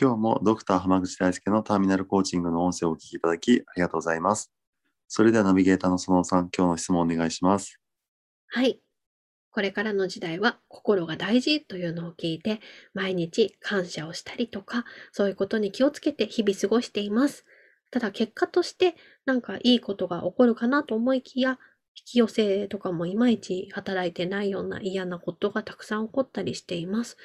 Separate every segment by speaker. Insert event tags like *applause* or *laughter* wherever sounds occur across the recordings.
Speaker 1: 今日もドクター濱口大輔のターミナルコーチングの音声をお聞きいただきありがとうございますそれではナビゲーターのそのさん今日の質問お願いします
Speaker 2: はい。これからの時代は心が大事というのを聞いて、毎日感謝をしたりとか、そういうことに気をつけて日々過ごしています。ただ結果として、なんかいいことが起こるかなと思いきや、引き寄せとかもいまいち働いてないような嫌なことがたくさん起こったりしています。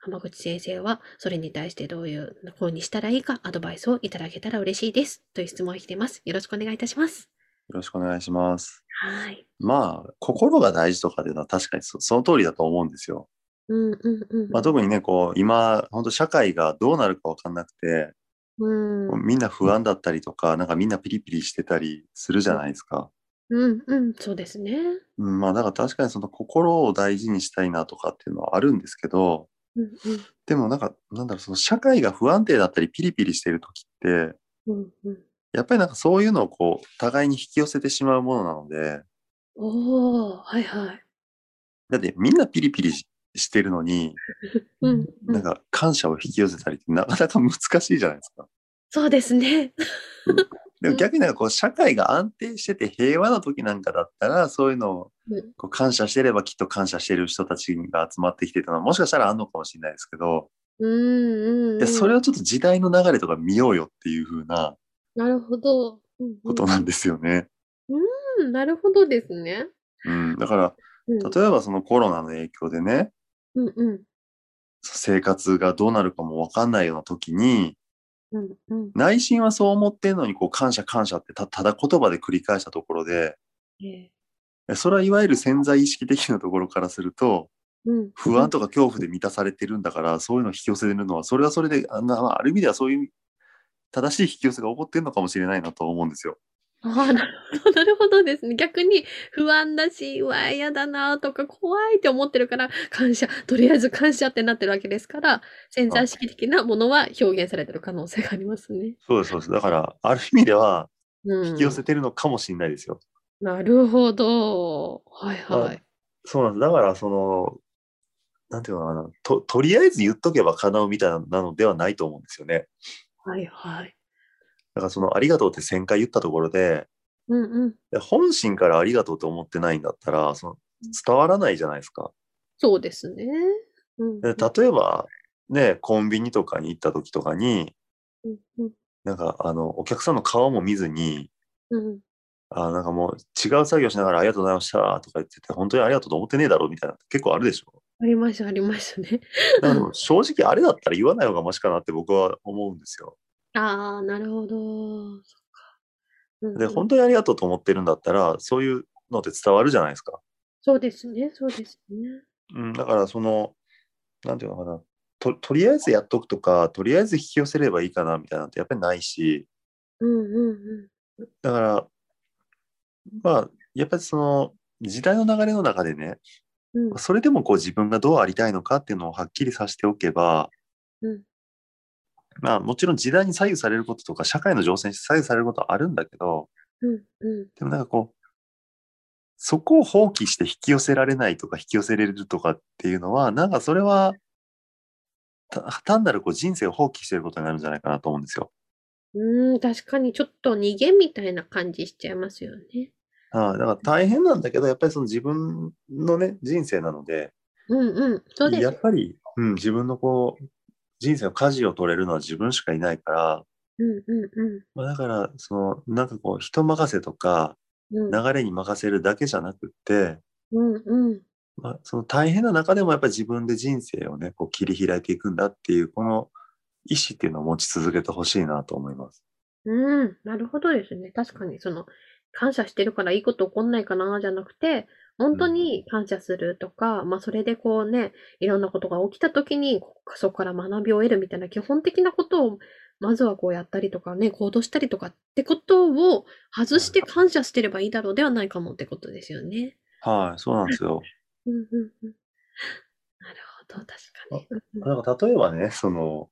Speaker 2: 浜口先生はそれに対してどういう風にしたらいいかアドバイスをいただけたら嬉しいです。という質問を来ています。よろしくお願いいたします。
Speaker 1: よろしくお願いします
Speaker 2: はい。
Speaker 1: まあ心が大事とかっていうのは確かにそその通りだと思うんですよ、
Speaker 2: うんうんうん。
Speaker 1: まあ、特にねこう今本当社会がどうなるかわかんなくて
Speaker 2: うん
Speaker 1: こうみんな不安だったりとかなんかみんなピリピリしてたりするじゃないですか
Speaker 2: うんうん、そうですね。
Speaker 1: うん、まあだから確かにその心を大事にしたいなとかっていうのはあるんですけど、
Speaker 2: うん
Speaker 1: でもなんか、なんだろう、その社会が不安定だったりピリピリしてる時って、
Speaker 2: うんうんうん。
Speaker 1: やっぱりなんかそういうのをこう、互いに引き寄せてしまうものなので、
Speaker 2: おお、はいはい。
Speaker 1: だってみんなピリピリししてるのに、
Speaker 2: うん、う
Speaker 1: なん
Speaker 2: ん。
Speaker 1: か感謝を引き寄せたりってなかなか難しいじゃないですか。
Speaker 2: そうですね。
Speaker 1: でも逆になんかこう、社会が安定してて平和な時なんかだったら、そういうのを
Speaker 2: うん
Speaker 1: こう感謝してればきっと感謝してる人たちが集まってきてたのは、もしかしたらあんのかもしれないですけど、
Speaker 2: うん、うん。
Speaker 1: でそれ
Speaker 2: は。
Speaker 1: をちょっと時代の流れとか見ようよっていう風な
Speaker 2: なるほど。うんう
Speaker 1: こ
Speaker 2: ん
Speaker 1: となんですよね。
Speaker 2: うん、なるほどですね。
Speaker 1: うん、だから
Speaker 2: うん、
Speaker 1: 例えばそのコロナの影響でね
Speaker 2: うん、うん、
Speaker 1: 生活がどうなるかも分かんないような時に
Speaker 2: うん、うん。
Speaker 1: 内心はそう思ってんのにこう感謝感謝ってたただ言葉で繰り返したところで
Speaker 2: ええ
Speaker 1: えそれはいわゆる潜在意識的なところからすると
Speaker 2: うん、
Speaker 1: 不安とか恐怖で満たされてるんだからそういうのを引き寄せてるのはそれはそれであなまあある意味ではそういう正しい引き寄せが起こってるのかもしれないなと思うんですよ。
Speaker 2: ああ、なるほど、なるほどですね。逆に不安だし、うわ、嫌だなとか、怖いって思ってるから、感謝、とりあえず感謝ってなってるわけですから、潜在意識的なものは表現されてる可能性がありますね。
Speaker 1: そうですそうですだからある意味では
Speaker 2: うん。
Speaker 1: 引き寄せてるのかもしれないですよ。
Speaker 2: なるほど。はい
Speaker 1: ま
Speaker 2: は
Speaker 1: あ
Speaker 2: い。
Speaker 1: そうなんです。だから、その、なんていうのかな、と、とりあえず言っとけば叶うみたいなのではないと思うんですよね。
Speaker 2: はいはい。
Speaker 1: だから、その、ありがとうって1000回言ったところで、
Speaker 2: うんうん。
Speaker 1: いや本心からありがとうと思ってないんだったら、その、伝わらないじゃないですか。
Speaker 2: そうですね。うん、
Speaker 1: で例えば、ね、コンビニとかに行った時とかに、
Speaker 2: うんうん
Speaker 1: なんか、あの、お客さんの顔も見ずに、
Speaker 2: うん。
Speaker 1: あなんかもう違う作業しながらありがとうございましたとか言ってて、本当にありがとうと思ってねえだろうみたいな、結構あるでしょ。
Speaker 2: ありました、ありましたね。
Speaker 1: だから正直あれだったら言わない方がマシかなって僕は思うんですよ。
Speaker 2: ああ、なるほど。そっか。うん
Speaker 1: で、
Speaker 2: うん
Speaker 1: 本当にありがとうと思ってるんだったら、そういうのって伝わるじゃないですか。
Speaker 2: そうですね、そうですね。
Speaker 1: うん、だから、その、なんていうのかな、ととりあえずやっとくとか、とりあえず引き寄せればいいかなみたいなのってやっぱりないし、
Speaker 2: うんうん
Speaker 1: だから、まあ、やっぱりその、時代の流れの中でね、
Speaker 2: うん。うん
Speaker 1: それでもこう自分がどうありたいのかっていうのをはっきりさせておけば、
Speaker 2: うん
Speaker 1: まあもちろん時代に左右されることとか社会の情勢に左右されることはあるんだけど、
Speaker 2: うんうん。
Speaker 1: でもなんかこう、そこを放棄して引き寄せられないとか引き寄せれるとかっていうのは、なんかそれは、た単なるこう人生を放棄してることになるんじゃないかなと思うんですよ。
Speaker 2: うん、確かにちょっと逃げみたいな感じしちゃいますよね。
Speaker 1: はい、だから大変なんだけど、やっぱりその自分のね、人生なので、
Speaker 2: うんうん、そうです
Speaker 1: やっぱり、うん、自分のこう、人生の舵を取れるのは自分しかいないから、
Speaker 2: うんう
Speaker 1: まあ、だから、その、なんかこう、人任せとか、
Speaker 2: んうん。
Speaker 1: 流れに任せるだけじゃなくって、
Speaker 2: うんうん。
Speaker 1: まあ、その大変な中でもやっぱり自分で人生をね、こう切り開いていくんだっていう、この意志っていうのを持ち続けてほしいなと思います。
Speaker 2: うん、なるほどですね。確かに、その、感謝してるからいいこと起こんないかな、じゃなくて、本当に感謝するとか、まあそれでこうね、いろんなことが起きた時に、こそこから学びを得るみたいな基本的なことを、まずはこうやったりとかね、行動したりとかってことを外して感謝してればいいだろうではないかもってことですよね。
Speaker 1: はい、そうなんですよ。
Speaker 2: うんうんうん。なるほど、確かに。うんうん
Speaker 1: *laughs* なんか例えばね、その、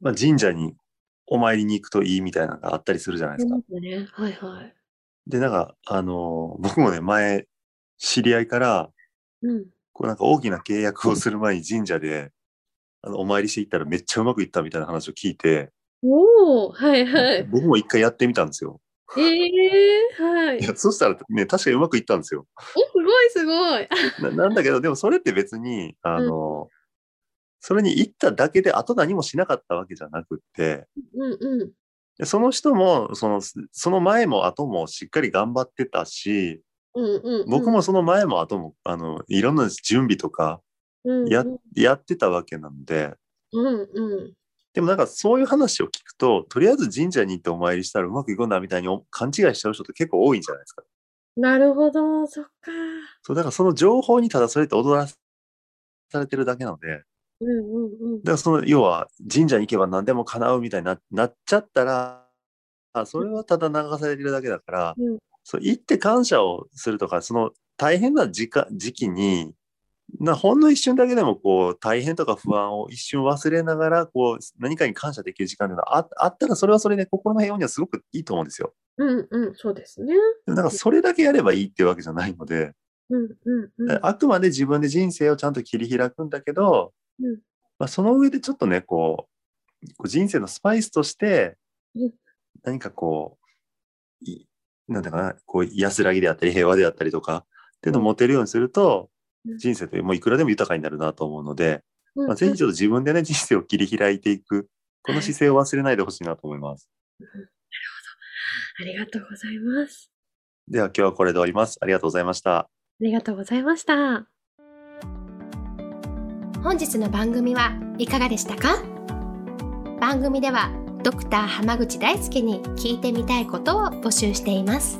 Speaker 1: まあ、神社にお参りに行くといいみたいなのがあったりするじゃないですか。
Speaker 2: ね。はいはい。
Speaker 1: で、なんか、あの、僕もね、前、知り合いから、
Speaker 2: うん。
Speaker 1: こうなんか大きな契約をする前に神社で、あの、お参りしていったらめっちゃうまくいったみたいな話を聞いて、
Speaker 2: おおはい *laughs* はい。
Speaker 1: 僕も一回やってみたんですよ。
Speaker 2: ええはい。
Speaker 1: いや、そしたらね、確かにうまくいったんですよ。
Speaker 2: お、すごいすごい。
Speaker 1: な *laughs* なんだけど、でもそれって別に、あの、それに行っただけで、あと何もしなかったわけじゃなくって、
Speaker 2: うんうん。
Speaker 1: でその人もその、その前も後もしっかり頑張ってたし、
Speaker 2: うんうん、うん。
Speaker 1: 僕もその前も後も、あの、いろんな準備とかや,、
Speaker 2: うん
Speaker 1: やってたわけなので、
Speaker 2: うんうん。
Speaker 1: でもなんかそういう話を聞くと、とりあえず神社に行ってお参りしたらうまくいくんだみたいにお勘違いしちゃう人って結構多いんじゃないですか。
Speaker 2: なるほど、そっか。
Speaker 1: そう、だからその情報にただそれって踊らされてるだけなので、
Speaker 2: うんうんうん。
Speaker 1: だからその要は神社に行けば何でも叶うみたいにななっちゃったらあそれはただ流されてるだけだから、
Speaker 2: うん
Speaker 1: そう行って感謝をするとかその大変な時間時期になほんの一瞬だけでもこう大変とか不安を一瞬忘れながらこう何かに感謝できる時間っていうのはああったらそれはそれで心の平穏にはすごくいいと思うんですよ。
Speaker 2: うんうん、そうですね。
Speaker 1: でもなんかそれだけやればいいっていうわけじゃないので、
Speaker 2: うんうんうん。
Speaker 1: あくまで自分で人生をちゃんと切り開くんだけど、
Speaker 2: うん
Speaker 1: まあ、その上でちょっとねこうこう人生のスパイスとして
Speaker 2: うん
Speaker 1: 何かこういなんていうかなこう安らぎであったり平和であったりとかっていうのを持てるようにすると
Speaker 2: うん
Speaker 1: 人生というもういくらでも豊かになるなと思うので、
Speaker 2: うん
Speaker 1: まあ、ぜひちょっと自分
Speaker 2: *laughs*
Speaker 1: でね人生を切り開いていくこの姿勢を忘れないでほしいなと思います。
Speaker 2: ありがとうございます。
Speaker 1: では今日はこれで終わります。ありがとうございました。
Speaker 2: ありがとうございました。
Speaker 3: 本日の番組はいかがでしたか番組ではドクター濱口大輔に聞いてみたいことを募集しています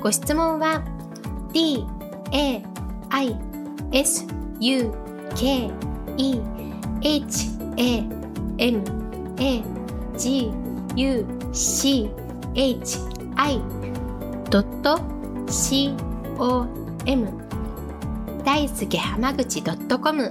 Speaker 3: ご質問は d a i s u k e h a m a g u c h i c o m 大輔濱口 .com